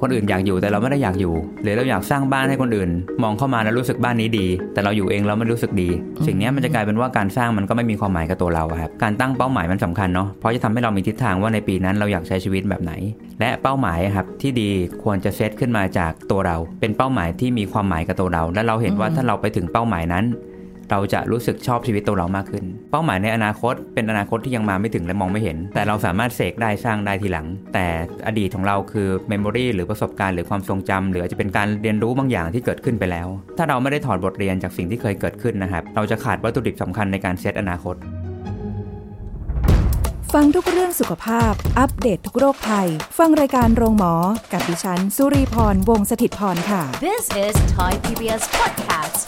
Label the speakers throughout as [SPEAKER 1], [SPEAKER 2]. [SPEAKER 1] คนอื่นอยากอยู่แต่เราไม่ได้อยากอยู่ หรือเราอยากสร้างบ้านให้คนอื่น มองเข้ามาแล้วรู้สึกบ้านนี้ดี แต่เราอยู่เองแล้วไม่รู้สึกดี สิ่งเนี้ยมันจะกลายเป็นว่าการสร้างมันก็ไม่มีความหมายกับตัวเราอะครับการตั้งเป้าหมายมันสำคัญเนาะเพราะจะทำให้เรามีทิศทางว่าในปีนั้นเราอยากใช้ชีวิตแบบไหน และเป้าหมายอะครับที่ดีควรจะเซตขึ้นมาจากตัวเรา เป็นเป้าหมายที่มีความหมายกับตัวเรา และเราเห็นว่าถ้าเราไปถึงเป้าหมายนั้น เราจะรู้สึกชอบชีวิตตัวเรามากขึ้น เป้าหมายในอนาคตเป็นอนาคตที่ยังมาไม่ถึงและมองไม่เห็น แต่เราสามารถเสกได้สร้างได้ทีหลัง แต่อดีตของเราคือเมมโมรีหรือประสบการณ์หรือความทรงจำหรืออาจจะเป็นการเรียนรู้บางอย่างที่เกิดขึ้นไปแล้ว ถ้าเราไม่ได้ถอดบทเรียนจากสิ่งที่เคยเกิดขึ้นนะครับ เราจะขาดวัตถุดิบสำคัญในการเซตอนาคต
[SPEAKER 2] ฟังทุกเรื่องสุขภาพ อัปเดตทุกโรคภัย ฟังรายการโรงหมอ กับดิฉัน สุรีพร วงศิตพรค่ะ
[SPEAKER 3] This is Thai PBS podcast.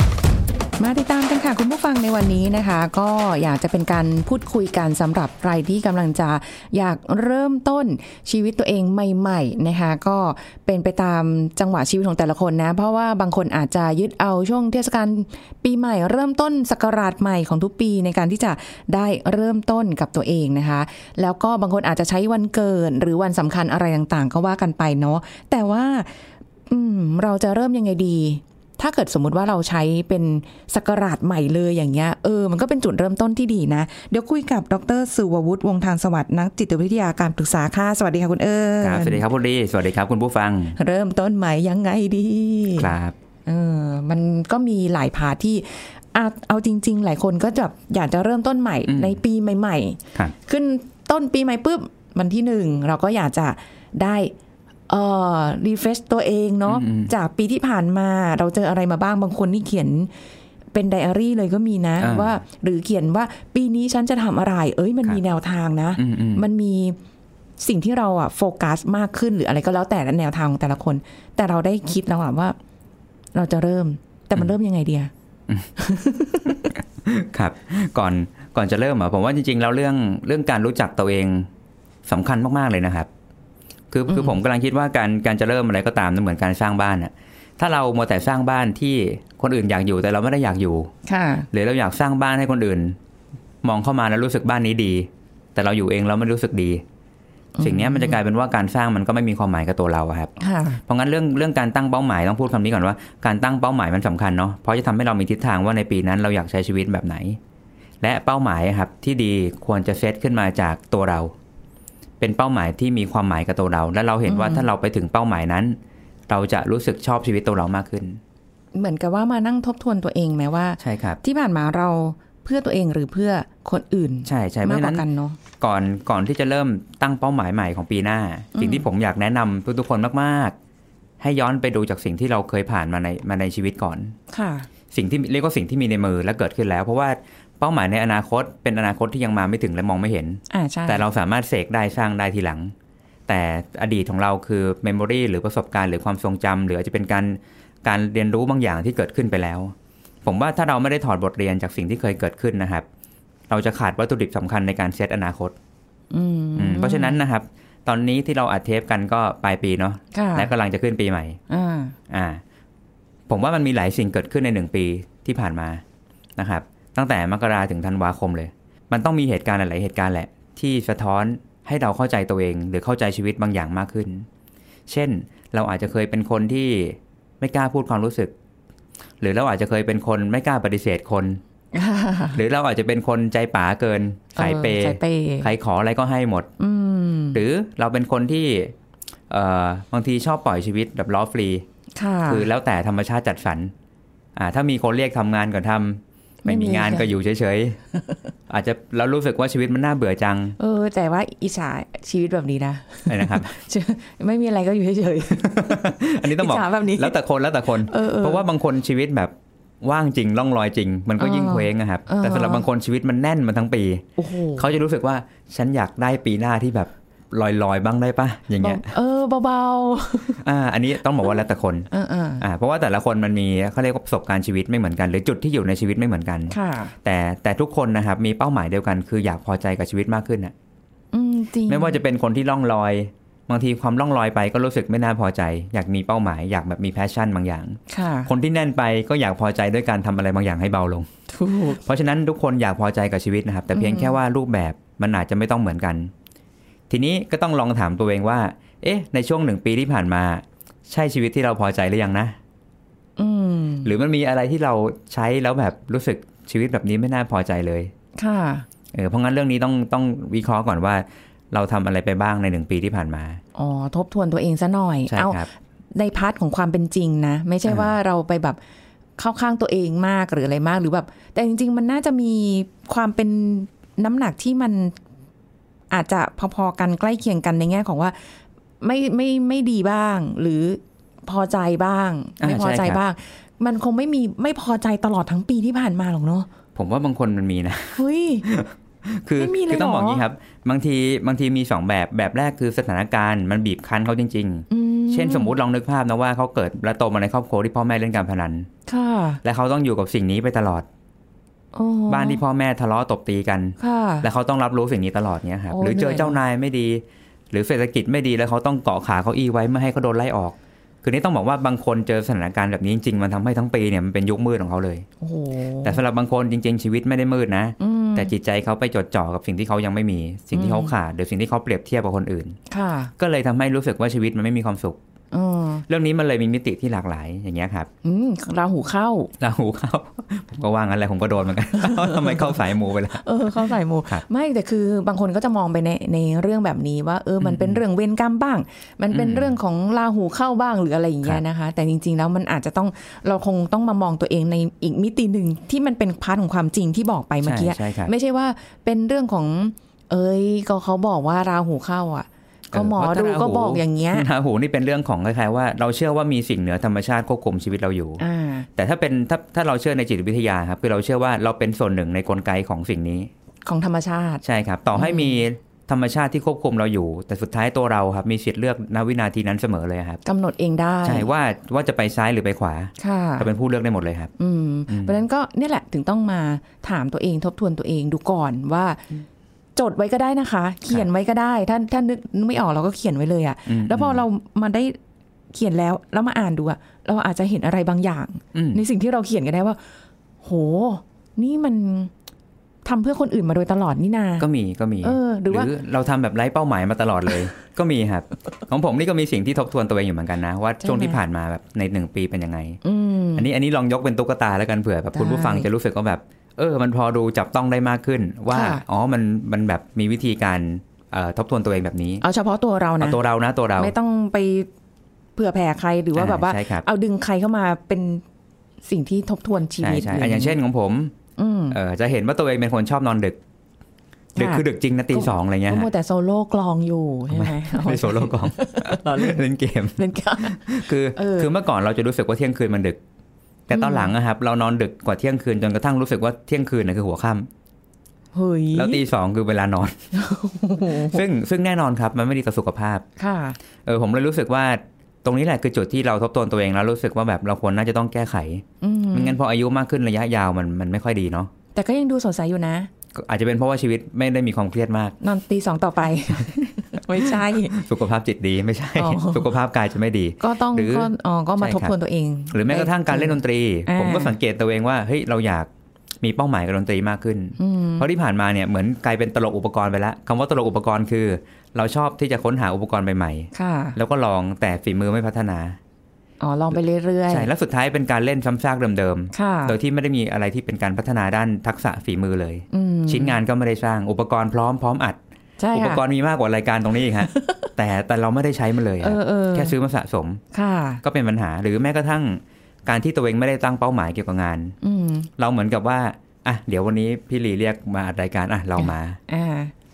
[SPEAKER 4] มาติดตามกันค่ะ คุณผู้ฟังในวันนี้นะคะ ก็อยากจะเป็นการพูดคุยกันสำหรับใครที่กำลังจะอยากเริ่มต้นชีวิตตัวเองใหม่ๆนะคะ ก็เป็นไปตามจังหวะชีวิตของแต่ละคนนะ เพราะว่าบางคนอาจจะยึดเอาช่วงเทศกาลปีใหม่ เริ่มต้นสกราชใหม่ของทุกปีในการที่จะได้เริ่มต้นกับตัวเองนะคะ แล้วก็บางคนอาจจะใช้วันเกิดหรือวันสำคัญอะไรต่างๆ ก็ว่ากันไปเนาะแต่ว่า อืมเราจะเริ่มยังไงดี ถ้าเกิดสมมุติว่าเราใช้เป็นสักราชใหม่เลยอย่างเงี้ย เออ มันก็เป็นจุดเริ่มต้นที่ดีนะ เดี๋ยวคุยกับดรสุววุฒิวงศ์ทางสวัสดิ์นักจิตวิทยาการปรึกษาค่ะ สวัสดีค่ะคุณเอิญ
[SPEAKER 1] ครับ สวัสดีครับพอดี สวัสดีครับคุณผู้ฟัง
[SPEAKER 4] เริ่มต้นใหม่ยังไงดี
[SPEAKER 1] ครับ
[SPEAKER 4] เออ มันก็มีหลายพาร์ทที่อ่ะเอาจริง ๆ หลายคนก็จะอยากจะเริ่มต้นใหม่
[SPEAKER 1] อืม
[SPEAKER 4] ในปีใหม่
[SPEAKER 1] ครับ
[SPEAKER 4] ๆ ขึ้นต้นปีใหม่ปุ๊บวันที่หนึ่งเราก็อยากจะได้เอ่อรีเฟชตัวเองเนาะ
[SPEAKER 1] อืมอืม
[SPEAKER 4] จากปีที่ผ่านมาเราเจออะไรมาบ้างบางคนนี่เขียนเป็นไดอารี่เลยก็มีนะ ว่าหรือเขียนว่าปีนี้ฉันจะทำอะไร เอ้ยมันมีแนวทางนะ
[SPEAKER 1] อืมอืม
[SPEAKER 4] มันมีสิ่งที่เราอะโฟกัสมากขึ้นหรืออะไรก็แล้วแต่แนวทางของแต่ละคน แต่เราได้คิดแล้วอะว่า เราจะเริ่ม แต่มันเริ่มยังไงเดีย
[SPEAKER 1] ครับก่อนก่อนจะเริ่มอ่ะผมว่าจริงๆแล้วเรื่องเรื่องการรู้จักตัวเองสำคัญมากๆเลยนะครับ คือคือผมกำลังคิดว่าการการจะเริ่มอะไรก็ตามนะเหมือนการสร้างบ้านอ่ะถ้าเรามัวแต่สร้างบ้านที่คนอื่นอยากอยู่แต่เราไม่ได้อยากอยู่
[SPEAKER 4] ค่ะ
[SPEAKER 1] หรือเราอยากสร้างบ้านให้คนอื่น มองเข้ามาแล้วรู้สึกบ้านนี้ดี แต่เราอยู่เองแล้วไม่รู้สึกดี สิ่งเนี้ยมันจะกลายเป็นว่าการสร้างมันก็ไม่มีความหมายกับตัวเราอะครับ
[SPEAKER 4] ค่ะ
[SPEAKER 1] เพราะงั้นเรื่องเรื่องการตั้งเป้าหมายต้องพูดคำนี้ก่อนว่าการตั้งเป้าหมายมันสำคัญเนาะเพราะจะทำให้เรามีทิศทางว่าในปีนั้นเราอยากใช้ชีวิตแบบไหน และเป้าหมายอะครับที่ดีควรจะเซตขึ้นมาจากตัวเรา เป็นเป้าหมายที่มีความหมายกับตัวเรา และเราเห็นว่าถ้าเราไปถึงเป้าหมายนั้น เราจะรู้สึกชอบชีวิตตัวเรามากขึ้น
[SPEAKER 4] เหมือนกับว่ามานั่งทบทวนตัวเองไหมว่า
[SPEAKER 1] ใช่ครับ
[SPEAKER 4] ที่ผ่านมาเราเพื่อตัวเองหรือเพื่อคนอื่น
[SPEAKER 1] ใช่ใช่เพ
[SPEAKER 4] มา
[SPEAKER 1] ราะฉะ
[SPEAKER 4] กก
[SPEAKER 1] นั้
[SPEAKER 4] ว่าน กันเนาะ
[SPEAKER 1] ก่อนก่อนที่จะเริ่มตั้งเป้าหมายใหม่ของปีหน้า สิ่งที่ผมอยากแนะนำทุกๆคนมากๆ ให้ย้อนไปดูจากสิ่งที่เราเคยผ่านมาในมาในชีวิตก่อน
[SPEAKER 4] ค่ะ
[SPEAKER 1] สิ่งที่เรียกว่าสิ่งที่มีในมือและเกิดขึ้นแล้ว เพราะว่าเป้าหมายในอนาคตเป็นอนาคตที่ยังมาไม่ถึงและมองไม่เห็น
[SPEAKER 4] อ่าใช่
[SPEAKER 1] แต่เราสามารถเสกได้สร้างได้ทีหลัง แต่อดีตของเราคือเมมโมรีหรือประสบการณ์หรือความทรงจำหรืออาจจะเป็นการการเรียนรู้บางอย่างที่เกิดขึ้นไปแล้ว ผมว่าถ้าเราไม่ได้ถอดบทเรียนจากสิ่งที่เคยเกิดขึ้นนะครับ เราจะขาดวัตถุดิบสำคัญในการเซตอนาคต
[SPEAKER 4] อืม
[SPEAKER 1] อืมเพราะฉะนั้นนะครับ ตอนนี้ที่เราอัดเทปกันก็ปลายปีเนาะ
[SPEAKER 4] ค่ะ
[SPEAKER 1] และกำลังจะขึ้นปีใหม่
[SPEAKER 4] อ่า
[SPEAKER 1] อ่าผมว่ามันมีหลายสิ่งเกิดขึ้นในหนึ่งปีที่ผ่านมานะครับ ตั้งแต่มกราถึงธันวาคมเลย มันต้องมีเหตุการณ์หลายๆเหตุการณ์แหละ ที่สะท้อนให้เราเข้าใจตัวเอง หรือเข้าใจชีวิตบางอย่างมากขึ้น เช่น เราอาจจะเคยเป็นคนที่ไม่กล้าพูดความรู้สึก หรือเราอาจจะเคยเป็นคนไม่กล้าปฏิเสธค น หรือเราอาจจะเป็นคนใจป๋าเกินสายเป
[SPEAKER 4] ออ
[SPEAKER 1] ย์
[SPEAKER 4] สายเปย์
[SPEAKER 1] ใครขออะไรก็ให้หมด
[SPEAKER 4] อืม
[SPEAKER 1] หรือเราเป็นคนที่เอ่อบางทีชอบปล่อยชีวิตแบบล้อฟรี
[SPEAKER 4] ค่ะ
[SPEAKER 1] คือแล้วแต่ธรรมชาติจัดสรรอ่า ถ้ามีคนเรียกทำงานก็ทำ
[SPEAKER 4] ไม่
[SPEAKER 1] ไม่
[SPEAKER 4] มี
[SPEAKER 1] มีงานก็อยู่เฉย ๆ อาจจะเรารู้สึกว่าชีวิตมันน่าเบื่อจัง
[SPEAKER 4] เออ แต่ว่าอิจฉาชีวิตแบบนี้นะ
[SPEAKER 1] อะ ไรนะครับ
[SPEAKER 4] ไม่มีอะไรก็อยู่เฉย
[SPEAKER 1] อันนี้ต้องบอก
[SPEAKER 4] อิจฉาแบบนี้
[SPEAKER 1] แล้วแต่คนแล้วแต่คน
[SPEAKER 4] เออเออ
[SPEAKER 1] เพราะว่าบางคนชีวิตแบบว่างจริงล่องลอยจริง มันก็ยิ่ง
[SPEAKER 4] เออ
[SPEAKER 1] เคว้งนะครับ
[SPEAKER 4] เออ
[SPEAKER 1] แต่สำหรับบางคนชีวิตมันแน่นมาทั้งปี
[SPEAKER 4] ๆโอ้โห
[SPEAKER 1] เขาจะรู้สึกว่าฉันอยากได้ปีหน้าที่แบบลอยๆบ้างได้ปะอย่างเงี้ย
[SPEAKER 4] เออเบา
[SPEAKER 1] อ่า อันนี้ต้องบอกว่าแล้วแต่คน
[SPEAKER 4] ๆเออเออ
[SPEAKER 1] อ่า เพราะว่าแต่ละคนมันมีเขาเรียกว่าประสบการณ์ชีวิตไม่เหมือนกัน หรือจุดที่อยู่ในชีวิตไม่เหมือนกัน
[SPEAKER 4] ค่ะ
[SPEAKER 1] แต่แต่ทุกคนนะครับมีเป้าหมายเดียวกันคืออยากพอใจกับชีวิตมากขึ้นนะ
[SPEAKER 4] อืมจริง
[SPEAKER 1] ไม่ว่าจะเป็นคนที่ล่องลอย บางทีความล่องลอยไปก็รู้สึกไม่น่าพอใจ อยากมีเป้าหมายอยากแบบมีแพชชั่นบางอย่าง
[SPEAKER 4] ค่ะ
[SPEAKER 1] คนที่แน่นไปก็อยากพอใจด้วยการทำอะไรบางอย่างให้เบาลง
[SPEAKER 4] ถูก
[SPEAKER 1] เพราะฉะนั้นทุกคนอยากพอใจกับชีวิตนะครับ แต่เพียงแค่ว่ารูปแบบมันอาจจะไม่ต้องเหมือนกัน ทีนี้ก็ต้องลองถามตัวเองว่า เอ๊ะ ในช่วงหนึ่งปีที่ผ่านมา ใช่ชีวิตที่เราพอใจหรือยังนะ
[SPEAKER 4] อืม
[SPEAKER 1] หรือมันมีอะไรที่เราใช้แล้วแบบรู้สึกชีวิตแบบนี้ไม่น่าพอใจเลย
[SPEAKER 4] ค่ะ
[SPEAKER 1] เออเพราะงั้นเรื่องนี้ต้องต้องวิเคราะห์ก่อนว่า เราทำอะไรไปบ้างในหนึ่งปีที่ผ่านมา
[SPEAKER 4] อ๋อ ทบทวนตัวเองซะหน่อย
[SPEAKER 1] ใช่
[SPEAKER 4] เอา
[SPEAKER 1] ครับ
[SPEAKER 4] ในพาร์ทของความเป็นจริงนะ ไม่ใช่
[SPEAKER 1] อ่า
[SPEAKER 4] ว่าเราไปแบบเข้าข้างตัวเองมากหรืออะไรมากหรือแบบ แต่จริง ๆ มันน่าจะมีความเป็นน้ำหนักที่มันอาจจะพอๆกันใกล้เคียงกันในแง่ของว่า ไม่ไม่ไม่ดีบ้าง หรือพอใจบ้าง ไม่พอใจบ้าง มันคงไม่มีไม่พอใจตลอดทั้งปีที่ผ่านมาหรอกเนาะ
[SPEAKER 1] ผมว่าบางคนมันมีนะ
[SPEAKER 4] เฮ้ย
[SPEAKER 1] คือ
[SPEAKER 4] ไม่มีเลย
[SPEAKER 1] คือต้อง
[SPEAKER 4] เหรอ
[SPEAKER 1] บอกงี้ครับ บางทีบางทีมีสองแบบแบบแรกคือสถานการณ์มันบีบคั้นเขาจริง ๆ
[SPEAKER 4] อืม
[SPEAKER 1] เช่นสมมุติลองนึกภาพนะว่าเขาเกิดและโตมาในครอบครัวที่พ่อแม่เล่นการพนัน
[SPEAKER 4] ค่ะ
[SPEAKER 1] และเขาต้องอยู่กับสิ่งนี้ไปตลอด
[SPEAKER 4] โอ้
[SPEAKER 1] บ้านที่พ่อแม่ทะเลาะตบตีกัน
[SPEAKER 4] ค่ะ
[SPEAKER 1] และเขาต้องรับรู้สิ่งนี้ตลอดเนี้ยครับ
[SPEAKER 4] โอ้
[SPEAKER 1] หรือเจอ
[SPEAKER 4] เหนื่อย
[SPEAKER 1] เจ้านายไม่ดี หรือเศรษฐกิจไม่ดีแล้วเขาต้องเกาะขาเขาอี้ไว้ไม่ให้เขาโดนไล่ออก คือนี่ต้องบอกว่าบางคนเจอสถานการณ์แบบนี้จริงๆมันทำให้ทั้งปีเนี่ยมันเป็นยุคมืดของเขาเลย
[SPEAKER 4] โอ้โห
[SPEAKER 1] แต่สำหรับบางคนจริง ๆ ชีวิตไม่ได้มืดนะ
[SPEAKER 4] อืม
[SPEAKER 1] แต่จิตใจเขาไปจดจ่อกับสิ่งที่เขายังไม่มี สิ่งที่เขาขาดหรือสิ่งที่เขาเปรียบเทียบกับคนอื่น
[SPEAKER 4] ค่ะ
[SPEAKER 1] ก็เลยทำให้รู้สึกว่าชีวิตมันไม่มีความสุข
[SPEAKER 4] เออ
[SPEAKER 1] เรื่องนี้มันเลยมีมิติที่หลากหลายอย่างเงี้ยครับ
[SPEAKER 4] อืมราหูเข้า
[SPEAKER 1] ราหูเข้า ผมก็ว่างั้นแหละผมก็โดนเหมือนกัน เอ้าทำไมเข้าสายหมูไปแล้ว
[SPEAKER 4] เออ เข้าใส่หมู
[SPEAKER 1] ครับ
[SPEAKER 4] ไม่แต่คือบางคนก็จะมองไปในในเรื่องแบบนี้ว่า เออ มันเป็นเรื่องเวรกรรมบ้าง มันเป็น
[SPEAKER 1] อืม
[SPEAKER 4] เรื่องของราหูเข้าบ้างหรืออะไรอย่าง
[SPEAKER 1] ค
[SPEAKER 4] เงี้
[SPEAKER 1] รั
[SPEAKER 4] ย
[SPEAKER 1] บ
[SPEAKER 4] นะคะ แต่จริง ๆ แล้วมันอาจจะต้องเราคงต้องมามองตัวเองในอีกมิติหนึ่งที่มันเป็นพาร์ทของความจริงที่บอกไปเมื่อ
[SPEAKER 1] ใช่
[SPEAKER 4] กี้
[SPEAKER 1] ใช่ครับ
[SPEAKER 4] ไม่ใช่ว่าเป็นเรื่องของ เอ้ย ก็เขาบอกว่าราหูเข้าอ่ะ ก็หมอดูก็บอกอย่างเงี้ย
[SPEAKER 1] ราหูนี่เป็นเรื่องของคล้ายๆว่าเราเชื่อว่ามีสิ่งเหนือธรรมชาติควบคุมชีวิตเราอยู่
[SPEAKER 4] อ่า
[SPEAKER 1] แต่ถ้าเป็นถ้าถ้าเราเชื่อในจิตวิทยาครับคือเราเชื่อว่าเราเป็นส่วนหนึ่งในกลไกของสิ่งนี้
[SPEAKER 4] ของธรรมชาติ
[SPEAKER 1] ใช่ครับ ต่อให้มีธรรมชาติที่ควบคุมเราอยู่ แต่สุดท้ายตัวเราครับมีสิทธิ์เลือกณวินาทีนั้นเสมอเลยครับ
[SPEAKER 4] กำหนดเองได้
[SPEAKER 1] ใช่ว่าว่าจะไปซ้ายหรือไปขวา
[SPEAKER 4] ค่ะ
[SPEAKER 1] เราเป็นผู้เลือกได้หมดเลยครับ
[SPEAKER 4] อืม
[SPEAKER 1] อืม
[SPEAKER 4] เพราะฉะนั้นก็เนี่ยแหละถึงต้องมาถามตัวเองทบทวนตัวเองดูก่อนว่า จดไว้ก็ได้นะคะ เขียนไว้ก็ได้ถ้าถ้านึกนึกไม่ออกเราก็เขียนไว้เลยอะ
[SPEAKER 1] ม
[SPEAKER 4] แล้วพอเรามาได้เขียนแล้วแล้วมาอ่านดูอะเราอาจจะเห็นอะไรบางอย่าง
[SPEAKER 1] อืม
[SPEAKER 4] ในสิ่งที่เราเขียนก็ได้ว่า โห นี่มันทำเพื่อคนอื่นมาโดยตลอดนี่นา
[SPEAKER 1] ก็มีก็มี
[SPEAKER 4] เออหรือว่า
[SPEAKER 1] เราทำแบบไร้เป้าหมายมาตลอดเลย ก็มีครับ ของผมนี่ก็มีสิ่งที่ทบทวนตัวเองอยู่เหมือนกันนะ ว่าช่วงที่ผ่านมาแบบในหนึ่งปีเป็นยังไง
[SPEAKER 4] อืม
[SPEAKER 1] อันนี้อันนี้ลองยกเป็นตุ๊กตาแล้วกันเผื่อแบบคุณผู้ฟังจะรู้สึกว่าแบบ เออ มันพอดูจับต้องได้มากขึ้น ว่า
[SPEAKER 4] ค่ะ
[SPEAKER 1] อ๋อมันมันแบบมีวิธีการเอ่อทบทวนตัวเองแบบนี้
[SPEAKER 4] เอาเฉพาะตัวเรา
[SPEAKER 1] เอา
[SPEAKER 4] นะ
[SPEAKER 1] ตัวเรานะตัวเรา
[SPEAKER 4] ไม่ต้องไปเผื่อแผ่ใครหรือว่าแบบว่า
[SPEAKER 1] ใช่ครับ
[SPEAKER 4] เอาดึงใครเข้ามาเป็นสิ่งที่ทบทวนชี
[SPEAKER 1] ใช่
[SPEAKER 4] วิต
[SPEAKER 1] ใช่อ่ะอย่างเช่นของผม
[SPEAKER 4] อืม
[SPEAKER 1] เออจะเห็นว่าตัวเองเป็นคนชอบนอนดึก ดึก
[SPEAKER 4] ค่ะ
[SPEAKER 1] คือดึกจริงนะตีสองอะไรเงี้ย
[SPEAKER 4] ก็
[SPEAKER 1] ฮะ
[SPEAKER 4] มัวแต่โซโล่กลองอยู่ใช่ไหม
[SPEAKER 1] ไม่โซโล่ก องเล่นเกม
[SPEAKER 4] เล่นกัน
[SPEAKER 1] คือ
[SPEAKER 4] เออ
[SPEAKER 1] คือเมื่อก่อนเราจะรู้สึกว่าเที่ยงคืนมันดึก แต่ตอนหลังนะครับ เรานอนดึกกว่าเที่ยงคืนจนกระทั่งรู้สึกว่าเที่ยงคืนน่ะคือหัวค่ำ
[SPEAKER 4] เฮ้ย
[SPEAKER 1] แล้วตีสองคือเวลานอน
[SPEAKER 4] โอ้โห
[SPEAKER 1] ซึ่งซึ่งแน่นอนครับมันไม่ดีต่อสุขภาพ
[SPEAKER 4] ค่ะ
[SPEAKER 1] เออผมเลยรู้สึกว่าตรงนี้แหละคือจุดที่เราทบทวนตัวเองแล้วรู้สึกว่าแบบเราควรน่าจะต้องแก้ไข
[SPEAKER 4] อืม
[SPEAKER 1] ไม่งั้นพออายุมากขึ้นระยะยาวมันมันไม่ค่อยดีเนาะ
[SPEAKER 4] แต่ก็ยังดูสดใสอยู่นะ
[SPEAKER 1] ก็อาจจะเป็นเพราะว่าชีวิตไม่ได้มีความเครียดมาก
[SPEAKER 4] นอนตีสอง ต่อไป ไม่ใช่
[SPEAKER 1] สุขภาพจิตดีไม่ใช่
[SPEAKER 4] อ๋อ
[SPEAKER 1] สุขภาพกายจะไม่ดี
[SPEAKER 4] ก็ต้อง
[SPEAKER 1] หรือ
[SPEAKER 4] ก็อ๋อก็มา
[SPEAKER 1] ใช่
[SPEAKER 4] ท
[SPEAKER 1] ครับ บ
[SPEAKER 4] ทวนตัวเอง
[SPEAKER 1] หรือแม้กระทั่งการเล่นดนตรี
[SPEAKER 4] อ่า
[SPEAKER 1] ผมก็สังเกตตัวเองว่าเฮ้ยเราอยากมีเป้าหมายกับดนตรีมากขึ้น
[SPEAKER 4] อืม
[SPEAKER 1] เพราะที่ผ่านมาเนี่ยเหมือนกลายเป็นตลกอุปกรณ์ไปแล้วคำว่าตลกอุปกรณ์คือ เราชอบที่จะค้นหาอุปกรณ์ใหม่
[SPEAKER 4] ค่ะ
[SPEAKER 1] ๆแล้วก็ลองแต่ฝีมือไม่พัฒนา
[SPEAKER 4] อ๋อลองไปเรื่อย
[SPEAKER 1] ใช่แล้วสุดท้ายเป็นการเล่นซ้ำซากเดิม
[SPEAKER 4] ๆค่ะ
[SPEAKER 1] ๆ โดยที่ไม่ได้มีอะไรที่เป็นการพัฒนาด้านทักษะฝีมือเลย
[SPEAKER 4] อืม
[SPEAKER 1] ชิ้นงานก็ไม่ได้สร้างอุปกรณ์พร้อมพร้อมอัด
[SPEAKER 4] ใช่
[SPEAKER 1] อุป
[SPEAKER 4] ค่ะ
[SPEAKER 1] กรณ์มีมากกว่ารายการตรงนี้อีก ฮะ แต่แต่เราไม่ได้ใช้มันเลยอะ
[SPEAKER 4] เออเออ
[SPEAKER 1] แค่ซื้อมาสะสม
[SPEAKER 4] ค่ะ
[SPEAKER 1] ก็เป็นปัญหา หรือแม้กระทั่งการที่ตัวเองไม่ได้ตั้งเป้าหมายเกี่ยวกับงาน
[SPEAKER 4] อืม
[SPEAKER 1] เราเหมือนกับว่าอ่ะเดี๋ยววันนี้พี่ลีเรียกมาอัดรายการอ่ะเรามา
[SPEAKER 4] อ่า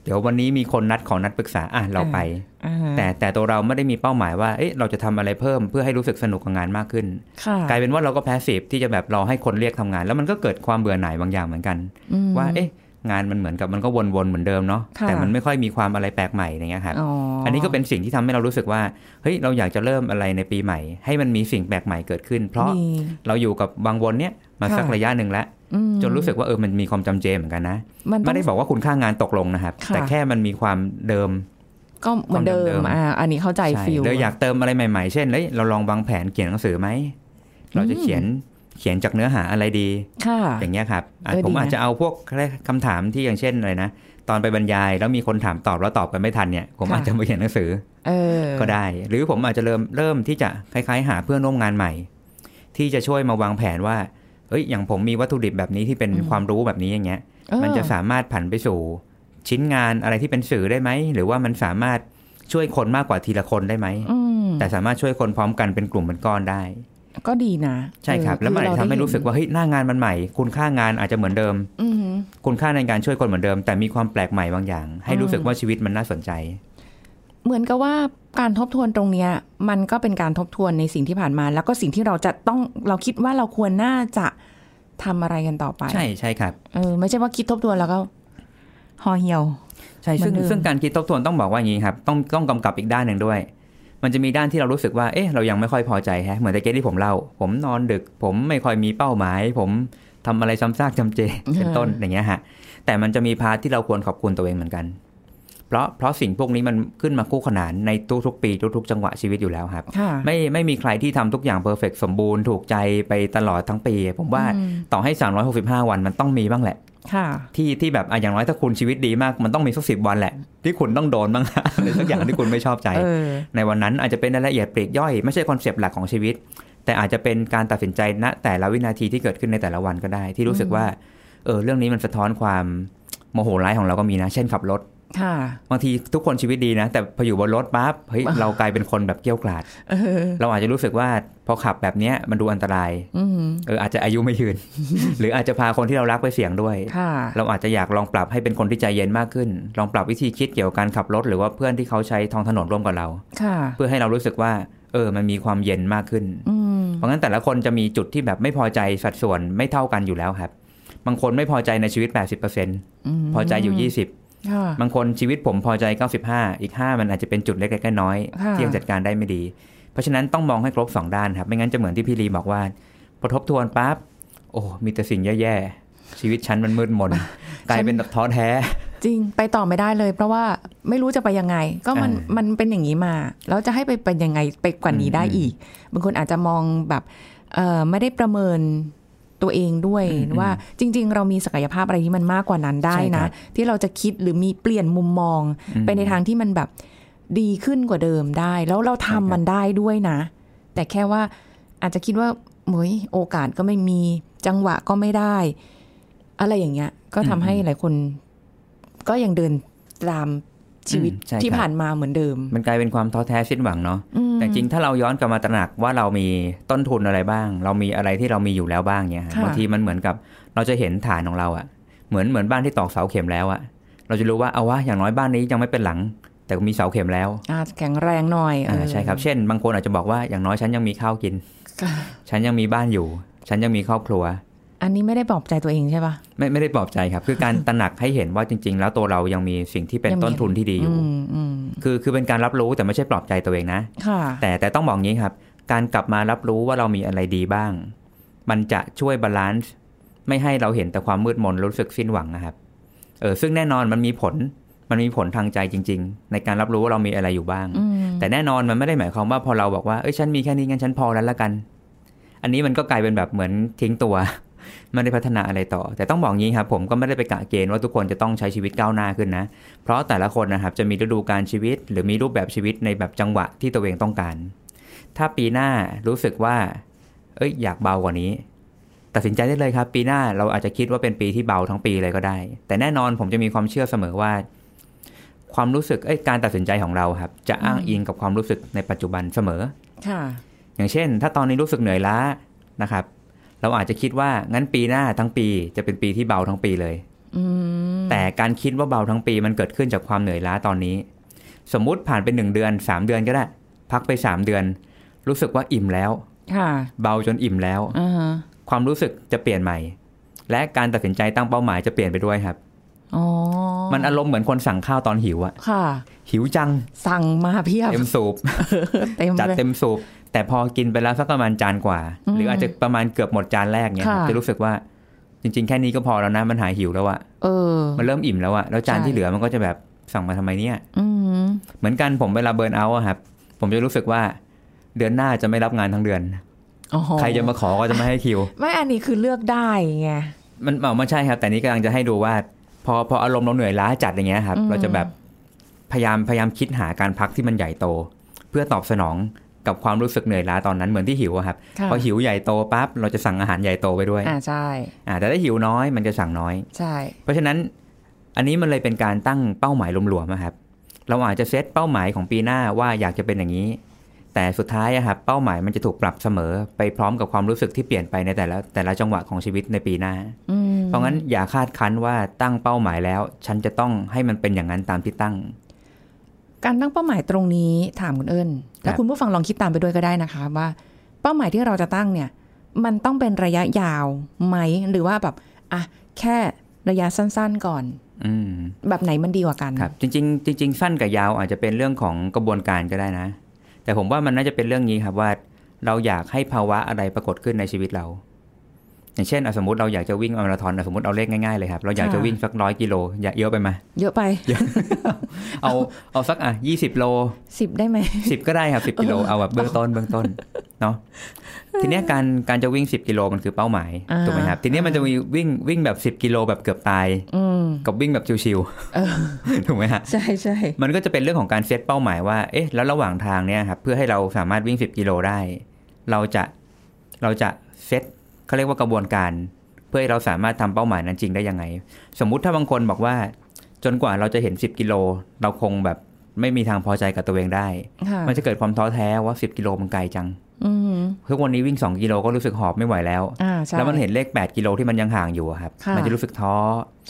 [SPEAKER 1] เดี๋ยววันนี้มีคนนัดขอนัดปรึกษาอ่ะเราไป
[SPEAKER 4] อ่า
[SPEAKER 1] แต่แต่ตัวเราไม่ได้มีเป้าหมายว่าเอ๊ะเราจะทำอะไรเพิ่มเพื่อให้รู้สึกสนุกกับงานมากขึ้น
[SPEAKER 4] ค่ะ
[SPEAKER 1] กลายเป็นว่าเราก็แพสซีฟที่จะแบบรอให้คนเรียกทำงาน แล้วมันก็เกิดความเบื่อหน่ายบางอย่างเหมือนกัน
[SPEAKER 4] อืม
[SPEAKER 1] ว่าเอ๊ะงานมันเหมือนกับมันก็วนๆเหมือนเดิมเนาะ
[SPEAKER 4] ค่ะ
[SPEAKER 1] แต่มันไม่ค่อยมีความอะไรแปลกใหม่อย่างเงี้ยครับ
[SPEAKER 4] อ๋ออั
[SPEAKER 1] อันนี้ก็เป็นสิ่งที่ทำให้เรารู้สึกว่าเฮ้ยเราอยากจะเริ่มอะไรในปีใหม่ ให้มันมีสิ่งแปลกใหม่เกิดขึ้น เพราะ
[SPEAKER 4] มี
[SPEAKER 1] เราอยู่กับวังวนเนี้ยมาสัก
[SPEAKER 4] ค่ะ
[SPEAKER 1] ระยะหนึ่งแล้ว
[SPEAKER 4] อืม
[SPEAKER 1] จนรู้สึกว่าเออมันมีความจำเจเหมือนกันนะ
[SPEAKER 4] มันต้
[SPEAKER 1] ไม่
[SPEAKER 4] อง
[SPEAKER 1] ได้บอกว่าคุณค่างานตกลงนะครับ
[SPEAKER 4] ค่ะ
[SPEAKER 1] แต่แค่มันมีความเดิม
[SPEAKER 4] ก็เหมือนเดิ
[SPEAKER 1] ความเดิ
[SPEAKER 4] ม
[SPEAKER 1] มๆ
[SPEAKER 4] อ่าอันนี้เข้าใจ
[SPEAKER 1] ช่
[SPEAKER 4] ฟิล
[SPEAKER 1] หรืออยากเติมอะไรใหม่ ๆ เช่นเฮ้ยเราลองวางแผนเขียนหนังสือไหม เราจะเขียนเขียนจากเนื้อหาอะไรดี
[SPEAKER 4] ค่ะ
[SPEAKER 1] อย่างเงี้ยครับอ่ะ
[SPEAKER 4] เออดี
[SPEAKER 1] ผม
[SPEAKER 4] นะ
[SPEAKER 1] อาจจะเอาพวกคำถามที่อย่างเช่นอะไรนะ ตอนไปบรรยายแล้วมีคนถามตอบแล้วตอบกันไม่ทันเนี่ย ผมอาจจะมาเขียนหนังสือ
[SPEAKER 4] เออ
[SPEAKER 1] ก็ได้ หรือผมอาจจะเริ่มเริ่มที่จะคล้ายๆ หาเพื่อนร่วมงานใหม่ ที่จะช่วยมาวางแผนว่าเอ้ยอย่างผมมีวัตถุดิบแบบนี้ที่เป็นความรู้แบบนี้อย่างเงี้ย
[SPEAKER 4] เออ
[SPEAKER 1] มันจะสามารถผันไปสู่ชิ้นงานอะไรที่เป็นสื่อได้ไหม หรือว่ามันสามารถช่วยคนมากกว่าทีละคนได้ไหม
[SPEAKER 4] อืม
[SPEAKER 1] แต่สามารถช่วยคนพร้อมกันเป็นกลุ่มเป็นก้อนได้
[SPEAKER 4] ก็ดีนะ
[SPEAKER 1] ใช่ครับ
[SPEAKER 4] เออ
[SPEAKER 1] แล้วมันอาจ
[SPEAKER 4] คือ
[SPEAKER 1] จะ
[SPEAKER 4] เา
[SPEAKER 1] ทำให้
[SPEAKER 4] ได้
[SPEAKER 1] รู้สึกว่าเฮ้ยหน้างานมันใหม่ คุณค่างานอาจจะเหมือนเดิม
[SPEAKER 4] อือหือ
[SPEAKER 1] คุณค่าในการช่วยคนเหมือนเดิม แต่มีความแปลกใหม่บางอย่าง ให้
[SPEAKER 4] อืม
[SPEAKER 1] รู้สึกว่าชีวิตมันน่าสนใจ
[SPEAKER 4] เหมือนกับว่าการทบทวนตรงเนี้ย มันก็เป็นการทบทวนในสิ่งที่ผ่านมา แล้วก็สิ่งที่เราจะต้องเราคิดว่าเราควรน่าจะทำอะไรกันต่อไป
[SPEAKER 1] ใช่ใช่ครับ
[SPEAKER 4] เออไม่ใช่ว่าคิดทบทวนแล้วก็ห่อเหี่ยว
[SPEAKER 1] ใช่ซึ่ง
[SPEAKER 4] เหมือนเดิม
[SPEAKER 1] ซึ่งการคิดทบทวนต้องบอกว่าอย่างนี้ครับต้องต้องกำกับอีกด้านหนึ่งด้วย มันจะมีด้านที่เรารู้สึกว่าเอ๊ะเรายังไม่ค่อยพอใจแฮะเหมือนตะเกียบที่ผมเล่า ผมนอนดึก ผมไม่ค่อยมีเป้าหมาย ผมทำอะไรซ้ำซากจำเจ เป็นต้นอย่างเงี้ยฮะแต่มันจะมีพาร์ทที่เราควรขอบคุณตัวเองเหมือนกัน เพราะเพราะสิ่งพวกนี้มันขึ้นมาคู่ขนานในทุกๆปีทุกๆจังหวะชีวิตอยู่แล้วครับ
[SPEAKER 4] ค่ะ
[SPEAKER 1] ไม่ไม่มีใครที่ทำทุกอย่างเพอร์เฟกสมบูรณ์ถูกใจไปตลอดทั้งปี ผมว่า
[SPEAKER 4] อืม
[SPEAKER 1] ต่อให้ 365 วันมันต้องมีบ้างแหละ
[SPEAKER 4] ค่ะ
[SPEAKER 1] ที่ที่แบบอ่ะอย่างน้อยถ้าคุณชีวิตดีมาก มันต้องมีสักสิบวันแหละ ที่คุณต้องโดนบ้างนะ หรือสักอย่างที่คุณไม่ชอบใจ
[SPEAKER 4] เออ
[SPEAKER 1] ในวันนั้นอาจจะเป็นรายละเอียดปลีกย่อย ไม่ใช่คอนเซปต์หลักของชีวิต แต่อาจจะเป็นการตัดสินใจณแต่ละวินาทีที่เกิดขึ้นในแต่ละวันก็ได้ ที่รู้สึกว่าเออเรื่องนี้มันสะท้อนความโมโหร้ายของเราก็มีนะ เช่นขับรถ
[SPEAKER 4] ค่ะ
[SPEAKER 1] บางทีทุกคนชีวิตดีนะ แต่พออยู่บนรถปั๊บเฮ้ยเรากลายเป็นคนแบบเกรี้ยวกราด
[SPEAKER 4] เออ
[SPEAKER 1] เราอาจจะรู้สึกว่าพอขับแบบเนี้ยมันดูอันตราย
[SPEAKER 4] อืม
[SPEAKER 1] เอออาจจะอายุไม่ยืน หรืออาจจะพาคนที่เรารักไปเสี่ยงด้วย
[SPEAKER 4] ค่ะ
[SPEAKER 1] เราอาจจะอยากลองปรับให้เป็นคนที่ใจเย็นมากขึ้น ลองปรับวิธีคิดเกี่ยวกับการขับรถ หรือว่าเพื่อนที่เขาใช้ท้องถนนร่วมกับเรา
[SPEAKER 4] ค่ะ
[SPEAKER 1] เพื่อให้เรารู้สึกว่า เออ มันมีความเย็นมากขึ้น
[SPEAKER 4] อืม
[SPEAKER 1] เพราะงั้นแต่ละคนจะมีจุดที่แบบไม่พอใจสัดส่วนไม่เท่ากันอยู่แล้วครับ บางคนไม่พอใจในชีวิต 80%
[SPEAKER 4] ม
[SPEAKER 1] พอใจอยู่
[SPEAKER 4] ค่ะ
[SPEAKER 1] 20 บางคนชีวิตผมพอใจ 95 อีก 5 มันอาจจะเป็นจุดเล็กๆน้อย
[SPEAKER 4] ค่ะ
[SPEAKER 1] ๆที่ยังจัดการได้ไม่ดี เพราะฉะนั้นต้องมองให้ครบสองด้านครับ ไม่งั้นจะเหมือนที่พี่ลีบอกว่าพอทบทวนปั๊บ โอ้ มีแต่สิ่งแย่ๆ ชีวิตฉันมันมืดม น กลายเป็นแบบท้อแท้
[SPEAKER 4] จริงไปต่อไม่ได้เลย เพราะว่าไม่รู้จะไปยังไง ก็มัน
[SPEAKER 1] อ่ามั
[SPEAKER 4] มันเป็นอย่างนี้มาแล้วจะให้ไปเป็นยังไงไปกว่านี้
[SPEAKER 1] อืม
[SPEAKER 4] ได้อีก บางคนอาจจะมองแบบเอ่อไม่ได้ประเมินตัวเองด้วย
[SPEAKER 1] อืม
[SPEAKER 4] ว่าจริง ๆ เรามีศักยภาพอะไรที่มันมากกว่านั้นได้
[SPEAKER 1] ใช่ครั
[SPEAKER 4] นะ
[SPEAKER 1] บ
[SPEAKER 4] ที่เราจะคิดหรือมีเปลี่ยนมุมมอง
[SPEAKER 1] อืม
[SPEAKER 4] ไปในทางที่มันแบบดีขึ้นกว่าเดิมได้ แล้วเรา
[SPEAKER 1] ใช่ครั
[SPEAKER 4] ทำ
[SPEAKER 1] บ
[SPEAKER 4] มันได้ด้วยนะ แต่แค่ว่าอาจจะคิดว่าเหมยโอกาสก็ไม่มีจังหวะก็ไม่ได้ อะไรอย่างเงี้ย ก็ทำให้หลายคน ก็ยังเดินตามชีวิต
[SPEAKER 1] อืมใช่ครับ
[SPEAKER 4] ที่ผ่านมาเหมือนเดิม
[SPEAKER 1] มันกลายเป็นความท้อแท้สิ้นหวังเนาะ
[SPEAKER 4] อืม
[SPEAKER 1] แต่จริงถ้าเราย้อนกลับมาตระหนักว่าเรามีต้นทุนอะไรบ้าง เรามีอะไรที่เรามีอยู่แล้วบ้างเนี่ยฮะ
[SPEAKER 4] ค่ะ
[SPEAKER 1] บางทีมันเหมือนกับเราจะเห็นฐานของเราอะเหมือนเหมือนบ้านที่ตอกเสาเข็มแล้วอะเราจะรู้ว่าเอาวะอย่างน้อยบ้านนี้ยังไม่เป็นหลัง แต่มีเสาเข็มแล้ว
[SPEAKER 4] อาจจะแข็งแรงหน่อย
[SPEAKER 1] อ่า
[SPEAKER 4] เออ
[SPEAKER 1] ใช่ครับเช่น บางคนอาจจะบอกว่าอย่างน้อยฉันยังมีข้าวกิน
[SPEAKER 4] ค่ะ
[SPEAKER 1] ฉันยังมีบ้านอยู่ ฉันยังมีครอบครัว
[SPEAKER 4] อันนี้ไม่ได้ปลอบใจตัวเองใช่ปะ
[SPEAKER 1] ไม่ไม่ได้ปลอบใจครับ คือการ ตระหนักให้เห็นว่าจริง ๆ แล้วตัวเรายังมีสิ่งที่เป็นต้นทุนที่ดีอยู่
[SPEAKER 4] อืมอืม
[SPEAKER 1] คือคือเป็นการรับรู้แต่ไม่ใช่ปลอบใจตัวเองนะ
[SPEAKER 4] ค่ะ
[SPEAKER 1] แต่แต่ต้องบอกงี้ครับ การกลับมารับรู้ว่าเรามีอะไรดีบ้าง มันจะช่วยบาลานซ์ไม่ให้เราเห็นแต่ความมืดมนรู้สึกสิ้นหวังนะครับเออซึ่งแน่นอนมันมีผลมันมีผลทางใจจริง ๆ ในการรับรู้ว่าเรามีอะไรอยู่บ้าง
[SPEAKER 4] อืม
[SPEAKER 1] แต่แน่นอนมันไม่ได้หมายความว่าพอเราบอกว่าเอ้ยฉันมีแค่นี้งั้นฉันพอแล้วละกัน อันนี้มันก็กลายเป็นแบบเหมือนทิ้งตัว ไม่ได้พัฒนาอะไรต่อ แต่ต้องบอกงี้ครับผมก็ไม่ได้ไปกะเกณฑ์ว่าทุกคนจะต้องใช้ชีวิตก้าวหน้าขึ้นนะ เพราะแต่ละคนนะครับจะมีฤดูการชีวิต หรือมีรูปแบบชีวิตในแบบจังหวะที่ตัวเองต้องการ ถ้าปีหน้ารู้สึกว่า เอ้ยอยากเบากว่านี้ ตัดสินใจได้เลยครับ ปีหน้าเราอาจจะคิดว่าเป็นปีที่เบาทั้งปีเลยก็ได้ แต่แน่นอนผมจะมีความเชื่อเสมอว่า ความรู้สึกเอ้ยการตัดสินใจของเราครับ จะอ้างอิงกับความรู้สึกในปัจจุบันเสมอ
[SPEAKER 4] ค่ะ
[SPEAKER 1] อย่างเช่น ถ้าตอนนี้รู้สึกเหนื่อยล้านะครับ เราอาจจะคิดว่างั้นปีหน้าทั้งปีจะเป็นปีที่เบาทั้งปีเลย
[SPEAKER 4] อืม
[SPEAKER 1] แต่การคิดว่าเบาทั้งปีมันเกิดขึ้นจากความเหนื่อยล้าตอนนี้ สมมุติผ่านไปหนึ่งเดือนสามเดือนก็ได้ พักไปสามเดือน รู้สึกว่าอิ่มแล้ว
[SPEAKER 4] ค่ะ
[SPEAKER 1] เบาจนอิ่มแล้ว
[SPEAKER 4] อ่าฮะ
[SPEAKER 1] ความรู้สึกจะเปลี่ยนใหม่ และการตัดสินใจตั้งเป้าหมายจะเปลี่ยนไปด้วยครับ
[SPEAKER 4] อ๋อ
[SPEAKER 1] มันอารมณ์เหมือนคนสั่งข้าวตอนหิวอะ
[SPEAKER 4] ค่ะ
[SPEAKER 1] หิวจัง
[SPEAKER 4] สั่งมาเพียบ
[SPEAKER 1] เต็มสูบ
[SPEAKER 4] เต็ม
[SPEAKER 1] จัด
[SPEAKER 4] เลย
[SPEAKER 1] เต็มสูบแต่พอกินไปแล้วสักประมาณจานกว่า
[SPEAKER 4] อืม
[SPEAKER 1] หรืออาจจะประมาณเกือบหมดจานแรกเนี่ย
[SPEAKER 4] ค่ะ
[SPEAKER 1] จะรู้สึกว่าจริง ๆ แค่นี้ก็พอแล้วนะมันหายหิวแล้วอะ
[SPEAKER 4] เออ
[SPEAKER 1] มันเริ่มอิ่มแล้วอะแล้วจาน
[SPEAKER 4] ใช่
[SPEAKER 1] ที่เหลือมันก็จะแบบสั่งมาทำไมเนี่ย
[SPEAKER 4] อืม หือ
[SPEAKER 1] เหมือนกันผมเวลาเบิร์นเอาท์อะครับ ผมจะรู้สึกว่าเดือนหน้าจะไม่รับงานทั้งเดือน
[SPEAKER 4] อ๋อ
[SPEAKER 1] ใครจะมาขอก็จะไม่ให้คิว
[SPEAKER 5] ไม่อันนี้คือเลือกได้ไง
[SPEAKER 1] มันเอาไม่ใช่ครับ แต่นี้กำลังจะให้ดูว่า พอพออารมณ์เราเหนื่อยล้าจัดอย่างเงี้ยครับ เราจะแบบพยายามพยายามคิดหาการพักที่มันใหญ่โต เพื่อตอบสนองกับความรู้สึกเหนื่อยล้าตอนนั้นเหมือนที่หิวอะครับ
[SPEAKER 4] ค่ะ
[SPEAKER 1] พอหิวใหญ่โตปั๊บเราจะสั่งอาหารใหญ่โตไปด้วย
[SPEAKER 4] อ่าใช่
[SPEAKER 1] อ่าแต่ถ้าหิวน้อยมันจะสั่งน้อย
[SPEAKER 4] ใช่
[SPEAKER 1] เพราะฉะนั้นอันนี้มันเลยเป็นการตั้งเป้าหมายรวมๆนะครับ เราอาจจะเซตเป้าหมายของปีหน้าว่าอยากจะเป็นอย่างนี้ แต่สุดท้ายอะครับเป้าหมายมันจะถูกปรับเสมอไปพร้อมกับความรู้สึกที่เปลี่ยนไปในแต่ละแต่ละจังหวะของชีวิตในปีหน้า
[SPEAKER 4] อืม
[SPEAKER 1] เพราะงั้นอย่าคาดคั้นว่าตั้งเป้าหมายแล้ว ฉันจะต้องให้มันเป็นอย่างนั้นตามที่ตั้ง
[SPEAKER 4] การตั้งเป้าหมายตรงนี้ถามคุณเอิญแล้
[SPEAKER 1] คว รับ
[SPEAKER 4] คุณผู้ฟังลองคิดตามไปด้วยก็ได้นะคะ ว่า เป้าหมายที่เราจะตั้งเนี่ย มันต้องเป็นระยะยาวไหมหรือว่าแบบอ่ะแค่ระยะสั้น ๆก่อน
[SPEAKER 1] อืม
[SPEAKER 4] แบบไหนมันดีกว่ากัน
[SPEAKER 1] ครับ จริง ๆ จริง ๆ สั้นกับยาวอาจจะเป็นเรื่องของกระบวนการก็ได้นะ แต่ผมว่ามันน่าจะเป็นเรื่องนี้ครับว่า เราอยากให้ภาวะอะไรปรากฏขึ้นในชีวิตเรา อย่างเช่นอ่ะสมมติเราอยากจะวิ่งมาราธอนอ่ะสมมติเอาเลขง่ายๆเลยครับ เราอยากจะวิ่งสักร้อยกิโลอย่าเยอะไปมา
[SPEAKER 4] เยอะไป
[SPEAKER 1] เอาเอาสักอ่ะยี่สิบโล
[SPEAKER 4] สิบได้ไหม
[SPEAKER 1] สิบก็ได้ครับสิบกิโลเอาแบบเบื้องต้นเบื้องต้นเนาะทีเนี้ยการการจะวิ่งสิบกิโลมันคือเป้าหมาย
[SPEAKER 4] อ่า
[SPEAKER 1] ถูกไหมครับทีเนี้ยมันจะมีวิ่งวิ่งแบบสิบกิโลแบบเกือบตาย
[SPEAKER 4] อืม
[SPEAKER 1] กับวิ่งแบบชิว
[SPEAKER 4] เออ
[SPEAKER 1] ๆ ถูกไหมฮะ
[SPEAKER 4] ใช่ใช่
[SPEAKER 1] มันก็จะเป็นเรื่องของการเซตเป้าหมายว่าเอ๊ะแล้วระหว่างทางเนี่ยครับเพื่อให้เราสามารถวิ่งสิบกิโลได้ เราจะเราจะเซตเขาเรียกว่ากระบวนการ เพื่อให้เราสามารถทำเป้าหมายนั้นจริงได้ยังไง สมมุติถ้าบางคนบอกว่า จนกว่าเราจะเห็นสิบกิโลเราคงแบบไม่มีทางพอใจกับตัวเองได้
[SPEAKER 4] ค่ะ
[SPEAKER 1] มันจะเกิดความท้อแท้ว่า 10 กิโลมันไกลจัง
[SPEAKER 4] อืม
[SPEAKER 1] ทุกวันนี้วิ่ง 2 กิโลก็รู้สึกหอบไม่ไหวแล้ว
[SPEAKER 4] อ่าใช่
[SPEAKER 1] แล้วมันเห็นเลข 8 กิโลที่มันยังห่างอยู่อะครับ
[SPEAKER 4] ค่ะ
[SPEAKER 1] มัจะรู้สึกท้อ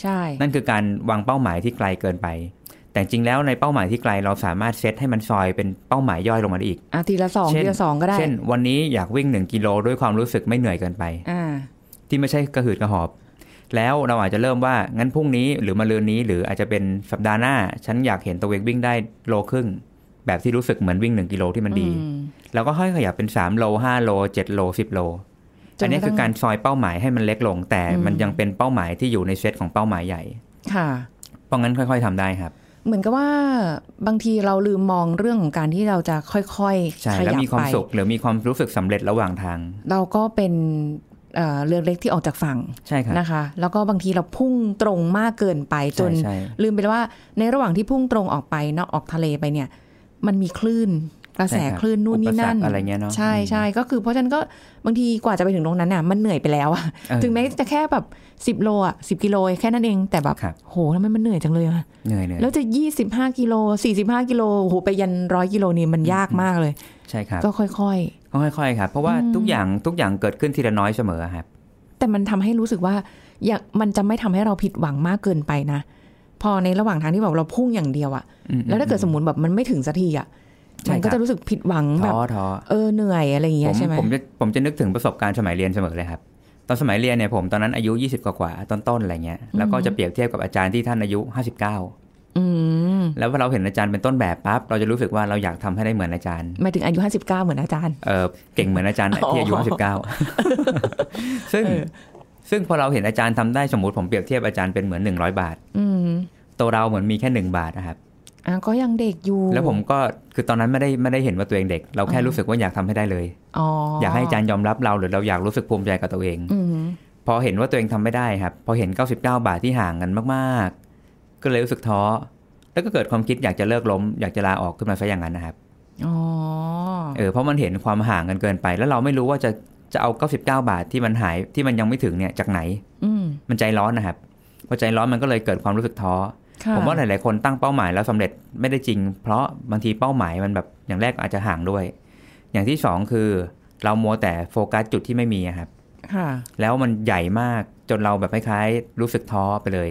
[SPEAKER 4] ใช่
[SPEAKER 1] นั่นคือการวางเป้าหมายที่ไกลเกินไป แต่จริงแล้วในเป้าหมายที่ไกลเราสามารถเซตให้มันซอยเป็นเป้าหมายย่อยลงมาได้อีก
[SPEAKER 4] อ่ะทีละสอง
[SPEAKER 1] เช่น
[SPEAKER 4] ทีละสองก็ได้
[SPEAKER 1] เช่น วันนี้อยากวิ่ง 1 กิโลด้วยความรู้สึกไม่เหนื่อยเกินไป
[SPEAKER 4] อ่า
[SPEAKER 1] ที่ไม่ใช่กระหืดกระหอบ แล้วเราอาจจะเริ่มว่างั้นพรุ่งนี้หรือมะรืนนี้ หรืออาจจะเป็นสัปดาห์หน้า ฉันอยากเห็นตัวเองวิ่งได้โลครึ่ง แบบที่รู้สึกเหมือนวิ่งหนึ่งกิโลที่มันดี
[SPEAKER 4] อืม
[SPEAKER 1] แล้วก็ค่อยขยับเป็นสามโลห้าโลเจ็ดโลสิบโล
[SPEAKER 4] จนก
[SPEAKER 1] อัน
[SPEAKER 4] ระทั่ง
[SPEAKER 1] นี้คือการซอยเป้าหมายให้มันเล็กลง แต่มันยังเป็นเป้าหมายที่อยู่ในเซตของเป้าหมายใหญ่
[SPEAKER 4] ค่ะ
[SPEAKER 1] เพราะงั้นค่อย ๆทำได้ครับ
[SPEAKER 4] เหมือนกับว่าบางทีเราลืมมองเรื่องของการที่เราจะค่อยๆ
[SPEAKER 1] ใช่
[SPEAKER 4] ข
[SPEAKER 1] แล้ว
[SPEAKER 4] ยับ
[SPEAKER 1] มีความ
[SPEAKER 4] ไป
[SPEAKER 1] สุขหรือมีความรู้สึกสำเร็จระหว่างทาง
[SPEAKER 4] เราก็เป็นเอ่อเรือเล็กที่ออกจากฝั่ง
[SPEAKER 1] ใช่ครับ
[SPEAKER 4] นะคะ แล้วก็บางทีเราพุ่งตรงมากเกินไปจ
[SPEAKER 1] ใช่
[SPEAKER 4] น
[SPEAKER 1] ใช่
[SPEAKER 4] ลืมไปแล้วว่าในระหว่างที่พุ่งตรงออกไปนอกออกทะเลไปเนี่ย มันมีคลื่นกระแส
[SPEAKER 1] ใช่ครับ
[SPEAKER 4] คลื่นนู่นนี่นั่น
[SPEAKER 1] อุปสรรคอะไรเงี้ยเนอะ
[SPEAKER 4] ใช่
[SPEAKER 1] อืม
[SPEAKER 4] ใช่ก็คือเพราะฉะนันก็บางทีกว่าจะไปถึงตรงนั้นน่ะมันเหนื่อยไปแล้วอะ
[SPEAKER 1] เออ
[SPEAKER 4] ถึงแม้จะแค่แบบสิบโลอะสิบกิโลแค่นั้นเองแต่แบบ
[SPEAKER 1] ครับ
[SPEAKER 4] โหทำไมมันเหนื่อยจังเลยอะ
[SPEAKER 1] เหนื่อยเหนื่อย
[SPEAKER 4] แล้วจะยี่สิบห้ากิโลสี่สิบห้ากิโลโหไปยันร้อยกิโลนี่มันยากมากเลย
[SPEAKER 1] ใช่ครับ
[SPEAKER 4] ก็ค่อย
[SPEAKER 1] ก็ค่อยๆครับ เพราะว่าทุกอย่างทุกอย่างเกิดขึ้นทีละน้อยเสมอครับ
[SPEAKER 4] ๆ แต่มันทำให้รู้สึกว่าอย่างมันจะไม่ทำให้เราผิดหวังมากเกินไปนะ พอในระหว่างทางที่แบบเราพุ่งอย่างเดียวอะ แล้วถ้าเกิดสมมติแบบมันไม่ถึงสักทีอ่ะ
[SPEAKER 1] ใช่
[SPEAKER 4] มัน
[SPEAKER 1] ค
[SPEAKER 4] ก็
[SPEAKER 1] รับ
[SPEAKER 4] จะรู้สึกผิดหวังแบบ
[SPEAKER 1] ท้อท้อ
[SPEAKER 4] เออเหนื่อยอะไรอย่างเงี้
[SPEAKER 1] ผ
[SPEAKER 4] ย
[SPEAKER 1] ม
[SPEAKER 4] ใช่ไหม
[SPEAKER 1] ผมจะผมจะนึกถึงประสบการณ์สมัยเรียนเสมอเลยครับ ตอนสมัยเรียนเนี่ยผมตอนนั้นอายุ 20 กว่าๆต้นๆอะไรเงี้ยแล้วก็จะเปรียบเทียบกับอาจารย์ที่ท่านอายุ 59
[SPEAKER 4] อืม
[SPEAKER 1] แล้วพอเราเห็นอาจารย์เป็นต้นแบบปั๊บเราจะรู้สึกว่าเราอยากทำให้ได้เหมือนอาจารย์
[SPEAKER 4] หมายถึงอายุ 59 เหมือนอาจารย์
[SPEAKER 1] เออเก่งเหมือนอาจารย์ที่อายุ
[SPEAKER 4] อ๋อ
[SPEAKER 1] 59 ซึ่งซึ่งพอเราเห็นอาจารย์ทำได้สมมติผมเปรียบเทียบอาจารย์เป็นเหมือน 100 บาท
[SPEAKER 4] อืม
[SPEAKER 1] ตัวเราเหมือนมีแค่ 1 บาทนะครับ
[SPEAKER 4] อ่ะก็ยังเด็กอยู่
[SPEAKER 1] แล้วผมก็คือตอนนั้นไม่ได้ไม่ได้เห็นว่าตัวเองเด็ก เราแค่รู้สึกว่าอยากทำให้ได้เลย
[SPEAKER 4] อ๋ออย
[SPEAKER 1] อากให้อาจารย์ยอมรับเราหรือเราอยากรู้สึกภูมิใจกับตัวเอง
[SPEAKER 4] อืม
[SPEAKER 1] พอเห็นว่าตัวเองทำไม่ได้ครับ พอเห็น 99 บาทที่ห่างกันมากๆ ก็เลยรู้สึกท้อ แล้วก็เกิดความคิดอยากจะเลิกล้ม อยากจะลาออกขึ้นมาซะอย่างนั้นนะครับ
[SPEAKER 4] อ๋อ
[SPEAKER 1] เออเพราะมันเห็นความห่างกันเกินไป แล้วเราไม่รู้ว่าจะจะเอา 99 บาทที่มันหายที่มันยังไม่ถึงเนี่ยจากไหน
[SPEAKER 4] อืม
[SPEAKER 1] มันใจร้อนนะครับพอใจร้อนมันก็เลยเกิดความรู้สึกท้อ
[SPEAKER 4] ค่ะ
[SPEAKER 1] ผมว่าหลายๆคนตั้งเป้าหมายแล้วสำเร็จไม่ได้จริง เพราะบางทีเป้าหมายมันแบบอย่างแรกอาจจะห่างด้วย อย่างที่สองคือ เรามัวแต่โฟกัสจุดที่ไม่มีอะครับ
[SPEAKER 4] ค่ะ
[SPEAKER 1] แล้วมันใหญ่มากจนเราแบบคล้ายๆรู้สึกท้อไปเลย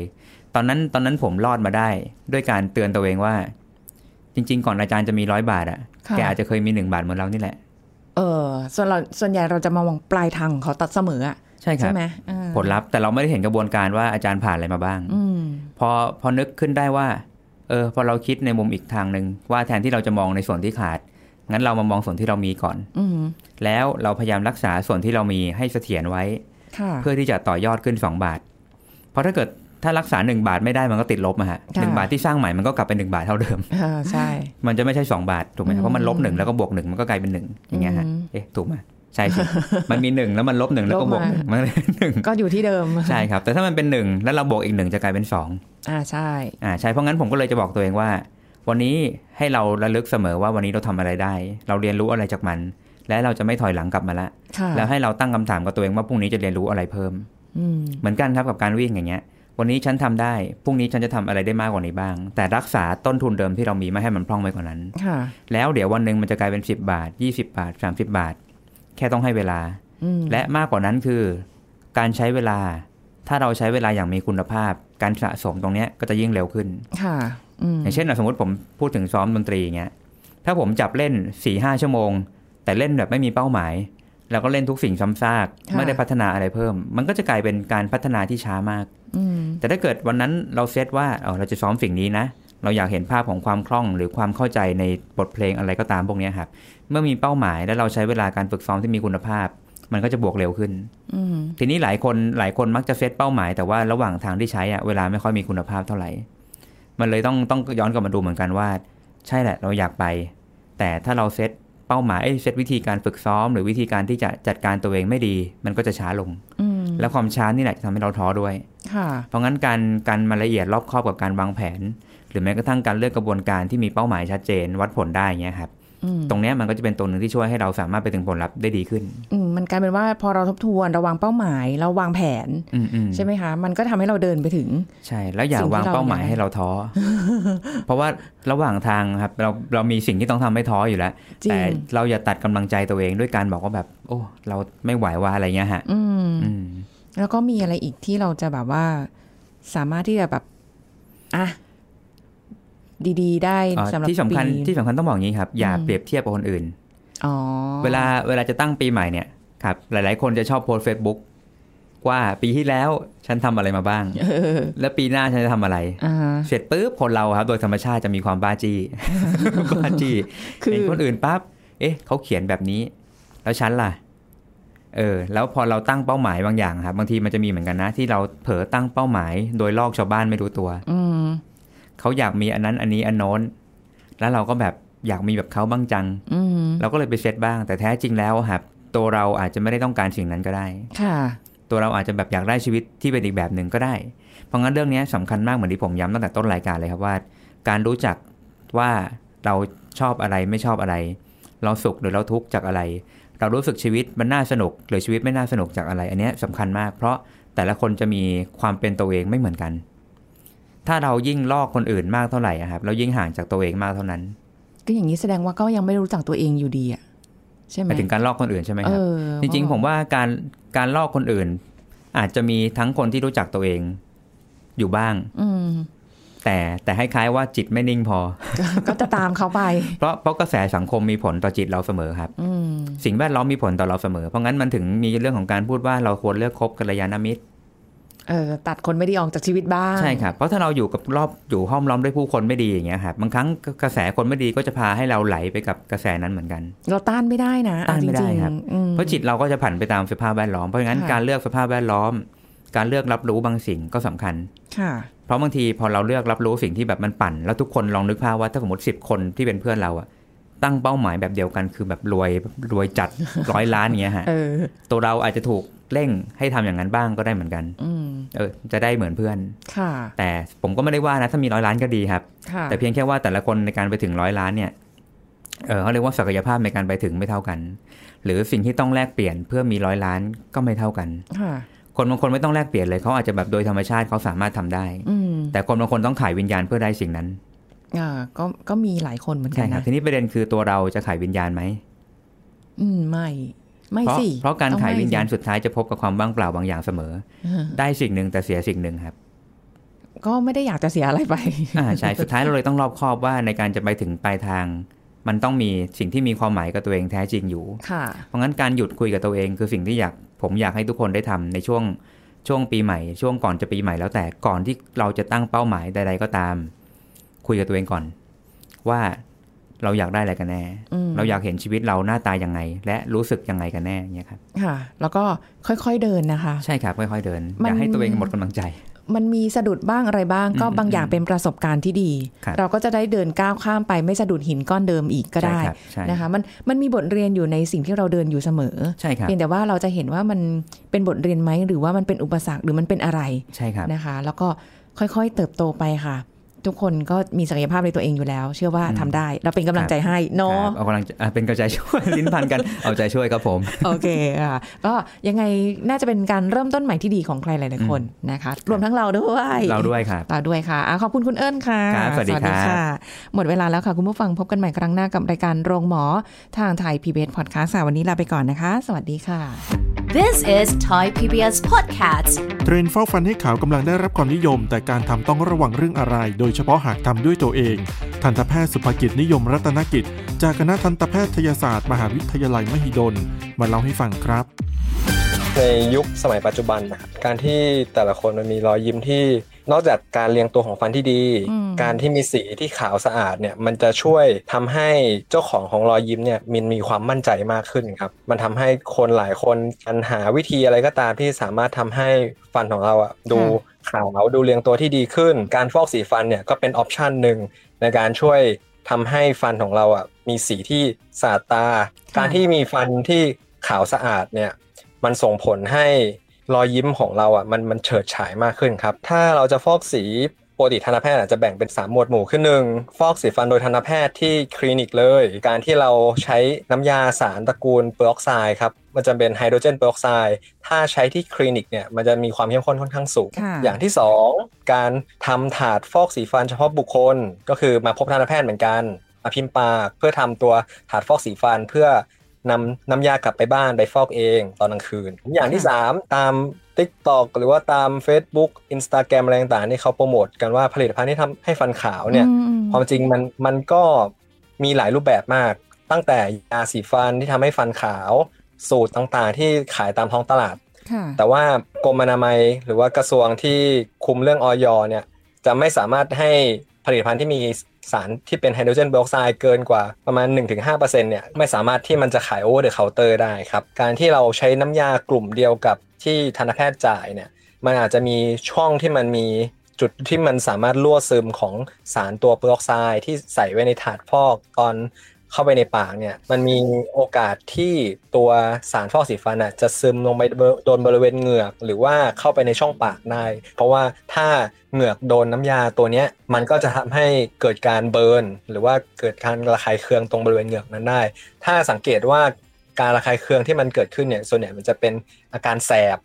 [SPEAKER 1] ตอนนั้นตอนนั้นผมรอดมาได้ ด้วยการเตือนตัวเองว่า จริง ๆ ก่อนอาจารย์จะมีร้อยบาทอะ
[SPEAKER 4] ค่ะ
[SPEAKER 1] แกอาจจะเคยมีหนึ่งบาทเหมือนเรานี่แหละ
[SPEAKER 4] เออส่วนเราส่วนใหญ่เราจะมามองปลายทางของเขาตัดเสมออ่ะ
[SPEAKER 1] ใช่ครั
[SPEAKER 4] ใช่
[SPEAKER 1] บ
[SPEAKER 4] ไหมเออ
[SPEAKER 1] ผลลัพธ์แต่เราไม่ได้เห็นกระบวนการว่าอาจารย์ผ่านอะไรมาบ้าง
[SPEAKER 4] อืม
[SPEAKER 1] พอพอนึกขึ้นได้ว่า เออ พอเราคิดในมุมอีกทางหนึ่งว่าแทนที่เราจะมองในส่วนที่ขาด งั้นเรามามองส่วนที่เรามีก่อน
[SPEAKER 4] อืม
[SPEAKER 1] แล้วเราพยายามรักษาส่วนที่เรามีให้เสถียรไว้
[SPEAKER 4] ค่ะ
[SPEAKER 1] เพื่อที่จะต่อยอดขึ้น 2 บาท เพราะถ้าเกิด ถ้ารักษา 1 บาทไม่ได้มันก็ติดลบอะฮะหนึ่ง
[SPEAKER 4] ค่ะ
[SPEAKER 1] บาทที่สร้างใหม่มันก็กลับเป็น1บาทเท่าเดิม
[SPEAKER 4] อ่าใช่
[SPEAKER 1] มันจะไม่ใช่สองบาทถูกไหม
[SPEAKER 4] อืม
[SPEAKER 1] เพราะมันลบหนึ่งแล้วก็บวกหนึ่งมันก็กลายเป็นหนึ่งอย่างเงี้ยฮะ
[SPEAKER 4] อืม
[SPEAKER 1] เอ๊ะถูกไหมใช่สิ มันมีหนึ่งแล้วมันลบหนึ่งแล้วก็บวกหนึ่ง
[SPEAKER 4] ลบมามั
[SPEAKER 1] มันเลยหนึ่ง
[SPEAKER 4] ก็อยู่ที่เดิม
[SPEAKER 1] ใช่ครับ แต่ถ้ามันเป็นหนึ่งแล้วเราบวกอีกหนึ่งจะกลายเป็นสอง
[SPEAKER 4] อ่าใช่
[SPEAKER 1] อ่าใช่เพราะงั้นผมก็เลยจะบอกตัวเองว่า วันนี้ให้เราระลึกเสมอว่าวันนี้เราทำอะไรได้ เราเรียนรู้อะไรจากมัน และเราจะไม่ถอยหลังกลับมาละ
[SPEAKER 4] ค่ะ
[SPEAKER 1] แล้วให้เราตั้งคำถามกับตัวเองว่าพรุ่งนี้จะเรียนรู้อะไรเพิ่ม
[SPEAKER 4] อืม
[SPEAKER 1] เหมือนกันครับกับการวิ่งอย่างเงี้ย วันนี้ฉันทำได้พรุ่งนี้ฉันจะทำอะไรได้มากกว่านี้บ้าง แต่รักษาต้นทุนเดิมที่เรามีไม่ให้มันพร่องไปกว่านั้น
[SPEAKER 4] ค่ะ
[SPEAKER 1] แล้วเดี๋ยววันหนึ่งมันจะกลายเป็น 10 บาท 20 บาท 30 บาท แค่ต้องให้เวลา
[SPEAKER 4] อืม
[SPEAKER 1] และมากกว่านั้นคือ การใช้เวลา ถ้าเราใช้เวลาอย่างมีคุณภาพ การสะสมตรงเนี้ยก็จะยิ่งเร็วขึ้น
[SPEAKER 4] ค่ะอืม
[SPEAKER 1] อย่างเช่นอ่ะสมมติผมพูดถึงซ้อมดนตรีอย่างเงี้ยถ้าผมจับเล่น4ี่ห้าชั่วโมง แต่เล่นแบบไม่มีเป้าหมาย แล้วก็เล่นทุกสิ่งซ้ำซาก
[SPEAKER 4] ะ
[SPEAKER 1] ไม่ได้พัฒนาอะไรเพิ่ม มันก็จะกลายเป็นการพัฒนาที่ช้ามาก
[SPEAKER 4] อืม
[SPEAKER 1] แต่ถ้าเกิดวันนั้นเราเซตว่าเออเราจะซ้อมสิ่งนี้นะ เราอยากเห็นภาพของความคล่องหรือความเข้าใจในบทเพลงอะไรก็ตามพวกเนี้ยครับ เมื่อมีเป้าหมายและเราใช้เวลาการฝึกซ้อมที่มีคุณภาพ มันก็จะบวกเร็วขึ้น
[SPEAKER 4] อืม
[SPEAKER 1] ทีนี้หลายคนหลายคนมักจะเซตเป้าหมาย แต่ว่าระหว่างทางที่ใช้อะเวลาไม่ค่อยมีคุณภาพเท่าไหร่ มันเลยต้องต้องย้อนกลับมาดูเหมือนกันว่า ใช่แหละเราอยากไป แต่ถ้าเราเซตเป้าหมายเอ้ยเซตวิธีการฝึกซ้อม หรือวิธีการที่จะจัดการตัวเองไม่ดี มันก็จะช้าลง
[SPEAKER 4] อืม
[SPEAKER 1] และความช้านี่แหละจะทำให้เราท้อด้วย
[SPEAKER 4] ค่ะ
[SPEAKER 1] เพราะงั้นการการมาละเอียดรอบคอบกับการวางแผน หรือแม้กระทั่งการเลือกกระบวนการที่มีเป้าหมายชัดเจน วัดผลได้อย่างเงี้ยครับ
[SPEAKER 4] อืม
[SPEAKER 1] ตรงเนี้ยมันก็จะเป็นตัวหนึ่งที่ช่วยให้เราสามารถไปถึงผลลัพธ์ได้ดีขึ้น
[SPEAKER 4] อืมมันกลายเป็นว่าพอเราทบทวนเระวังเป้าหมายเราวางแผน
[SPEAKER 1] อืมอืม
[SPEAKER 4] ใช่ไหมคะ มันก็ทำให้เราเดินไปถึง
[SPEAKER 1] ใช่แล้วอย่า
[SPEAKER 4] สิ่งที่
[SPEAKER 1] วางเป้าหมาย
[SPEAKER 4] เราอยาก
[SPEAKER 1] ให้เราท้อ เพราะว่าระหว่างทางครับเราเรามีสิ่งที่ต้องทำให้ท้ออยู่แล้ว
[SPEAKER 4] จริ
[SPEAKER 1] แต่
[SPEAKER 4] ง
[SPEAKER 1] เราอย่าตัดกำลังใจตัวเองด้วยการบอกว่าแบบ โอ้ เราไม่ไหวว่าอะไรเงี้ยฮะ
[SPEAKER 4] อืม
[SPEAKER 1] อืม
[SPEAKER 4] แล้วก็มีอะไรอีกที่เราจะแบบว่า สามารถที่จะแบบอ่ะดีๆ ได้
[SPEAKER 1] เอ่อ
[SPEAKER 4] สำหรับ
[SPEAKER 1] ที่สำคัญ
[SPEAKER 4] ปี
[SPEAKER 1] ที่สำคัญต้องบอกอย่างนี้ครับ อย่าเปรียบเทียบกับคนอื่น
[SPEAKER 4] อ๋อ
[SPEAKER 1] เวลาเวลาจะตั้งปีใหม่เนี่ยครับหลาย ๆ คนจะชอบโพสเฟซบุ๊กว่าปีที่แล้วฉันทำอะไรมาบ้าง
[SPEAKER 4] เออ
[SPEAKER 1] และปีหน้าฉันจะทำอะไร
[SPEAKER 4] อ่าฮะ
[SPEAKER 1] เสร็จปุ๊บคนเราครับ โดยธรรมชาติจะมีความบ้าจี้ บ้าจี้
[SPEAKER 4] คือ
[SPEAKER 1] เห็นคนอื่นปั๊บเอ๊ะเขาเขียนแบบนี้ แล้วฉันล่ะ เออ แล้วพอเราตั้งเป้าหมายบางอย่างครับบางทีมันจะมีเหมือนกันนะ ที่เราเผลอตั้งเป้าหมาย โดยลอกชาวบ้านไม่รู้ตัว
[SPEAKER 4] อืม
[SPEAKER 1] เขาอยากมีอันนั้นอันนี้อันโน้น แล้วเราก็แบบอยากมีแบบเขาบ้างจัง
[SPEAKER 4] อืม
[SPEAKER 1] เราก็เลยไปเซตบ้าง แต่แท้จริงแล้วอะครับตัวเราอาจจะไม่ได้ต้องการสิ่งนั้นก็ได้
[SPEAKER 4] ค่ะ
[SPEAKER 1] ตัวเราอาจจะแบบอยากได้ชีวิตที่เป็นอีกแบบหนึ่งก็ได้ เพราะงั้นเรื่องเนี้ยสำคัญมากเหมือนที่ผมย้ำตั้งแต่ต้นรายการเลยครับว่า การรู้จักว่าเราชอบอะไรไม่ชอบอะไร เราสุขหรือเราทุกข์จากอะไร เรารู้สึกชีวิตมันน่าสนุก หรือชีวิตไม่น่าสนุกจากอะไร อันเนี้ยสำคัญมาก เพราะแต่ละคนจะมีความเป็นตัวเองไม่เหมือนกัน ถ้าเรายิ่งลอกคนอื่นมากเท่าไหร่อะครับเรายิ่งห่างจากตัวเองมากเท่านั้น
[SPEAKER 4] ก็อย่างนี้แสดงว่าก็ยังไม่รู้จักตัวเองอยู่ดีอ่ะใช่ไห
[SPEAKER 1] ห
[SPEAKER 4] ม
[SPEAKER 1] มายถึงการลอกคนอื่นใช่ไหมค
[SPEAKER 4] เอ
[SPEAKER 1] รับ
[SPEAKER 4] อ
[SPEAKER 1] จริงๆ ผม
[SPEAKER 4] ว่า
[SPEAKER 1] ว่าการการลอกคนอื่น อาจจะมีทั้งคนที่รู้จักตัวเองอยู่บ้าง
[SPEAKER 4] อืม
[SPEAKER 1] แต่แต่ให้คล้ายว่าจิตไม่นิ่งพอ
[SPEAKER 4] ก็ก็จะตาม เขาไป
[SPEAKER 1] เพราะเพราะกระแสสังคมมีผลต่อจิตเราเสมอครับ
[SPEAKER 4] อืม
[SPEAKER 1] สิ่งแวดล้อมมีผลต่อเราเสมอ เพราะงั้นมันถึงมีเรื่องของการพูดว่าเราควรเลือกคบกัลยาณมิตร
[SPEAKER 4] เออ ตัดคนไม่ดีออกจากชีวิตบ้าง
[SPEAKER 1] ใช่ครับเพราะถ้าเราอยู่กับรอบอยู่ห้อมล้อมด้วยผู้คนไม่ดีอย่างเงี้ยครับบางครั้งกระแสคนไม่ดีก็จะพาให้เราไหลไปกับกระแสนั้นเหมือนกัน
[SPEAKER 4] เราต้านไม่ได้นะ
[SPEAKER 1] ต้านไม่ได้
[SPEAKER 4] จงๆ
[SPEAKER 1] ครับ
[SPEAKER 4] อืม
[SPEAKER 1] เพราะจิตเราก็จะผันไปตามสภาพแวดล้อมเพราะงั้น
[SPEAKER 4] ค่ะ
[SPEAKER 1] การเลือกสภาพแวดล้อม การเลือกรับรู้บางสิ่งก็สำคัญ
[SPEAKER 4] ค่ะ
[SPEAKER 1] เพราะบางทีพอเราเลือกรับรู้สิ่งที่แบบมันปั่น แล้วทุกคนลองนึกภาพว่าถ้าสมมติสิบคนที่เป็นเพื่อนเราอะตั้งเป้าหมายแบบเดียวกันคือแบบรวยรวยจัด ร้อยล้านอย่างเงี้ยฮะ
[SPEAKER 4] เออ
[SPEAKER 1] ตัวเราอาจจะถูกเร่งให้ทำอย่างนั้นบ้างก็ได้เหมือนกัน
[SPEAKER 4] อืม
[SPEAKER 1] เออจะได้เหมือนเพื่อน
[SPEAKER 4] ค่ะ
[SPEAKER 1] แต่ผมก็ไม่ได้ว่านะถ้ามีร้อยล้านก็ดีครับ
[SPEAKER 4] ค่ะ
[SPEAKER 1] แต่เพียงแค่ว่าแต่ละคนในการไปถึงร้อยล้านเนี่ยเออเขาเรียกว่าศักยภาพในการไปถึงไม่เท่ากัน หรือสิ่งที่ต้องแลกเปลี่ยนเพื่อมีร้อยล้านก็ไม่เท่ากัน
[SPEAKER 4] ค่ะ
[SPEAKER 1] คนบางคนไม่ต้องแลกเปลี่ยนเลยเขาอาจจะแบบโดยธรรมชาติเขาสามารถทำได้
[SPEAKER 4] อืม
[SPEAKER 1] แต่คนบางคนต้องขายวิญญาณเพื่อได้สิ่งนั้น
[SPEAKER 4] อ่าก็ก็มีหลายคนเหมือนกั
[SPEAKER 1] ใช่
[SPEAKER 4] น
[SPEAKER 1] ครับ
[SPEAKER 4] นะ
[SPEAKER 1] ทีนี้ประเด็นคือตัวเราจะขายวิญญาณไหม
[SPEAKER 4] อืม ไม่ ไม่
[SPEAKER 1] เพราะ
[SPEAKER 4] สิ
[SPEAKER 1] เพราะการ
[SPEAKER 4] ต้อง
[SPEAKER 1] ขาย
[SPEAKER 4] ไม่
[SPEAKER 1] วิญญาณ
[SPEAKER 4] สิ
[SPEAKER 1] สุดท้ายจะพบกับความว่างเปล่าบางอย่างเสมอ
[SPEAKER 4] เออ
[SPEAKER 1] ได้สิ่งหนึ่งแต่เสียสิ่งหนึ่งครับ
[SPEAKER 4] ก็ไม่ได้อยากจะเสียอะไรไป
[SPEAKER 1] อ่าใช่ สุดท้ายเราเลยต้องรอบคอบว่าในการจะไปถึงปลายทาง มันต้องมีสิ่งที่มีความหมายกับตัวเองแท้จริงอยู่
[SPEAKER 4] ค่ะ
[SPEAKER 1] เพราะงั้นการหยุดคุยกับตัวเองคือสิ่งที่อยากผมอยากให้ทุกคนได้ทำในช่วงช่วงปีใหม่ ช่วงก่อนจะปีใหม่แล้วแต่ก่อนที่เราจะตั้งเป้าหมายใดๆก็ตาม คุยกับตัวเองก่อน ว่าเราอยากได้อะไรกันแน่
[SPEAKER 4] อืม
[SPEAKER 1] เราอยากเห็นชีวิตเราหน้าตายังไง และรู้สึกยังไงกันแน่เนี่ยครับ
[SPEAKER 4] ค่ะ แล้วก็ค่อยๆเดินนะคะ
[SPEAKER 1] ใช่ครับค่อยๆเดิน
[SPEAKER 4] มั
[SPEAKER 1] อน ย่าให้ตัวเองหมดกำลังใจ
[SPEAKER 4] มันมีสะดุดบ้างอะไรบ้าง ก็บางอย่างเป็นประสบการณ์ที่ดี
[SPEAKER 1] ครับ
[SPEAKER 4] เราก็จะได้เดินก้าวข้ามไปไม่สะดุดหินก้อนเดิมอีกก็ได้
[SPEAKER 1] ใช่ครับใช่
[SPEAKER 4] นะคะมันมันมีบทเรียนอยู่ในสิ่งที่เราเดินอยู่เสมอ
[SPEAKER 1] ใช่ครับ
[SPEAKER 4] เพียงแต่ว่าเราจะเห็นว่ามันเป็นบทเรียนไหมหรือว่ามันเป็นอุปสรรคหรือมันเป็นอะไร
[SPEAKER 1] ใช่ครับ
[SPEAKER 4] นะคะ แล้วก็ค่อยๆเติบโตไปค่ะ ทุกคนก็มีศักยภาพในตัวเองอยู่แล้ว เชื่อว่าทำได้ เราเป็นกำลังใจให้เนาะ
[SPEAKER 1] ครับเอากำลังอ่ะเป็นกระจาย ช่วย ลิ้นพันกันเอาใจช่วยครับผม
[SPEAKER 4] โอเคค่ะ ก็ยังไงน่าจะเป็นการเริ่มต้นใหม่ที่ดีของใครหลายๆคนนะคะ รวมทั้งเราด้วย
[SPEAKER 1] เราด้วยครับ
[SPEAKER 4] ต่อด้วยค่ะอ่ะ ขอบคุณคุณเอิญค่ะ
[SPEAKER 1] ครับสวัสดีครับ
[SPEAKER 4] หมดเวลาแล้วค่ะ คุณผู้ฟังพบกันใหม่ครั้งหน้ากับรายการโรงหมอ ทางไทย PBS Podcast ค่ะวันนี้ลาไปก่อนนะคะ สวัสดีค่ะ
[SPEAKER 3] This is Thai PBS Podcast.
[SPEAKER 6] เทรนด์ฟอกฟันให้ขาวกำลังได้รับความนิยม แต่การทำต้องระวังเรื่องอะไร โดยเฉพาะหากทำด้วยตัวเอง ทันตแพทย์สุภกิจนิยมรัตนกิจ จากคณะทันตแพทยศาสตร์ มหาวิทยาลัยมหิดล มาเล่าให้ฟังครับ
[SPEAKER 7] ในยุคสมัยปัจจุบันนะครับการที่แต่ละคนมันมีรอยยิ้มที่ นอกจากการเรียงตัวของฟันที่ดี
[SPEAKER 4] อืม
[SPEAKER 7] การที่มีสีที่ขาวสะอาดเนี่ยมันจะช่วยทำให้เจ้าของของรอยยิ้มเนี่ยมันมีความมั่นใจมากขึ้นครับมันทำให้คนหลายคนกันหาวิธีอะไรก็ตามที่สามารถทำให้ฟันของเราอะดูขาวดูเรียงตัวที่ดีขึ้น การฟอกสีฟันเนี่ยก็เป็นออปชันหนึ่งในการช่วยทำให้ฟันของเราอะมีสีที่สะอาดตา การที่มีฟันที่ขาวสะอาดเนี่ย มันส่งผลให้รอยยิ้มของเราอ่ะมันมันเฉิดฉายมากขึ้นครับ ถ้าเราจะฟอกสีปกติทันตแพทย์อาจจะแบ่งเป็น 3 หมวดหมู่ขึ้นหนึ่งฟอกสีฟันโดยทันตแพทย์ที่คลินิกเลย การที่เราใช้น้ำยาสารตระกูลเปอร์ออกไซด์ครับ มันจะเป็นไฮโดรเจนเปอร์ออกไซด์ถ้าใช้ที่คลินิกเนี่ยมันจะมีความเข้มข้นค่อนข้างสูง
[SPEAKER 4] ค่ะ
[SPEAKER 7] อย่างที่สองการทำถาดฟอกสีฟันเฉพาะบุคคล ก็คือมาพบทันตแพทย์เหมือนกันมาพิมพ์ปากเพื่อทำตัวถาดฟอกสีฟันเพื่อ นำน้ำยากลับไปบ้านไปฟอกเองตอนกลางคืน อย่างที่ 3 ตาม TikTok หรือว่าตาม Facebook Instagram อะไรต่างๆที่เขาโปรโมทกันว่าผลิตภัณฑ์ที่ทำให้ฟันขาวเนี่ย
[SPEAKER 4] อืม
[SPEAKER 7] ความจริงมันมันก็มีหลายรูปแบบมาก ตั้งแต่ยาสีฟันที่ทำให้ฟันขาว สูตรต่างๆ ที่ขายตามท้องตลาด
[SPEAKER 4] ค่ะ
[SPEAKER 7] แต่ว่ากรมอนามัยหรือว่ากระทรวงที่คุมเรื่องออยเนี่ยจะไม่สามารถให้ผลิตภัณฑ์ที่มีสารที่เป็นไฮโดรเจนไบออกไซด์เกินกว่าประมาณ 1-5%เนี่ยไม่สามารถที่มันจะขายโอเวอร์เดอะเคาน์เตอร์ได้ครับ การที่เราใช้น้ำยากลุ่มเดียวกับที่ทันตแพทย์จ่ายเนี่ยมันอาจจะมีช่องที่มันมีจุดที่มันสามารถรั่วซึมของสารตัวเปอร์ออกไซด์ที่ใส่ไว้ในถาดฟอกตอน เข้าไปในปากเนี่ยมันมีโอกาสที่ตัวสารฟอกสีฟันอ่ะจะซึมลงไปโดนบริเวณเหงือก หรือว่าเข้าไปในช่องปากได้ เพราะว่าถ้าเหงือกโดนน้ำยาตัวเนี้ยมันก็จะทำให้เกิดการเบิร์นหรือว่าเกิดการระคายเคืองตรงบริเวณเหงือกนั้นได้ ถ้าสังเกตว่าการระคายเคืองที่มันเกิดขึ้นเนี่ยส่วนใหญ่มันจะเป็นอาการแสบ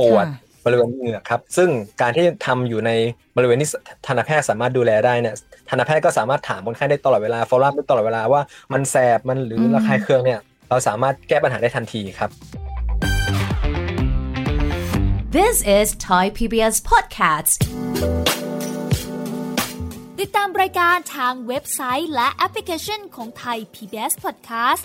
[SPEAKER 7] ปวด
[SPEAKER 4] ค่ะ
[SPEAKER 7] บริเวณเหงือกครับ ซึ่งการที่ทำอยู่ในบริเวณที่ทันตแพทย์สามารถดูแลได้เนี่ยทันตแพทย์ก็สามารถถามคนไข้ได้ตลอดเวลา ฟอลล่าได้ตลอดเวลาว่ามันแสบ มันหรือ
[SPEAKER 4] ม
[SPEAKER 7] ระคายเคืองเนี่ย เราสามารถแก้ปัญหาได้ทันทีครับ
[SPEAKER 3] This is Thai PBS Podcast.
[SPEAKER 8] ติดตามรายการทางเว็บไซต์และแอปพลิเคชันของไทย PBS Podcast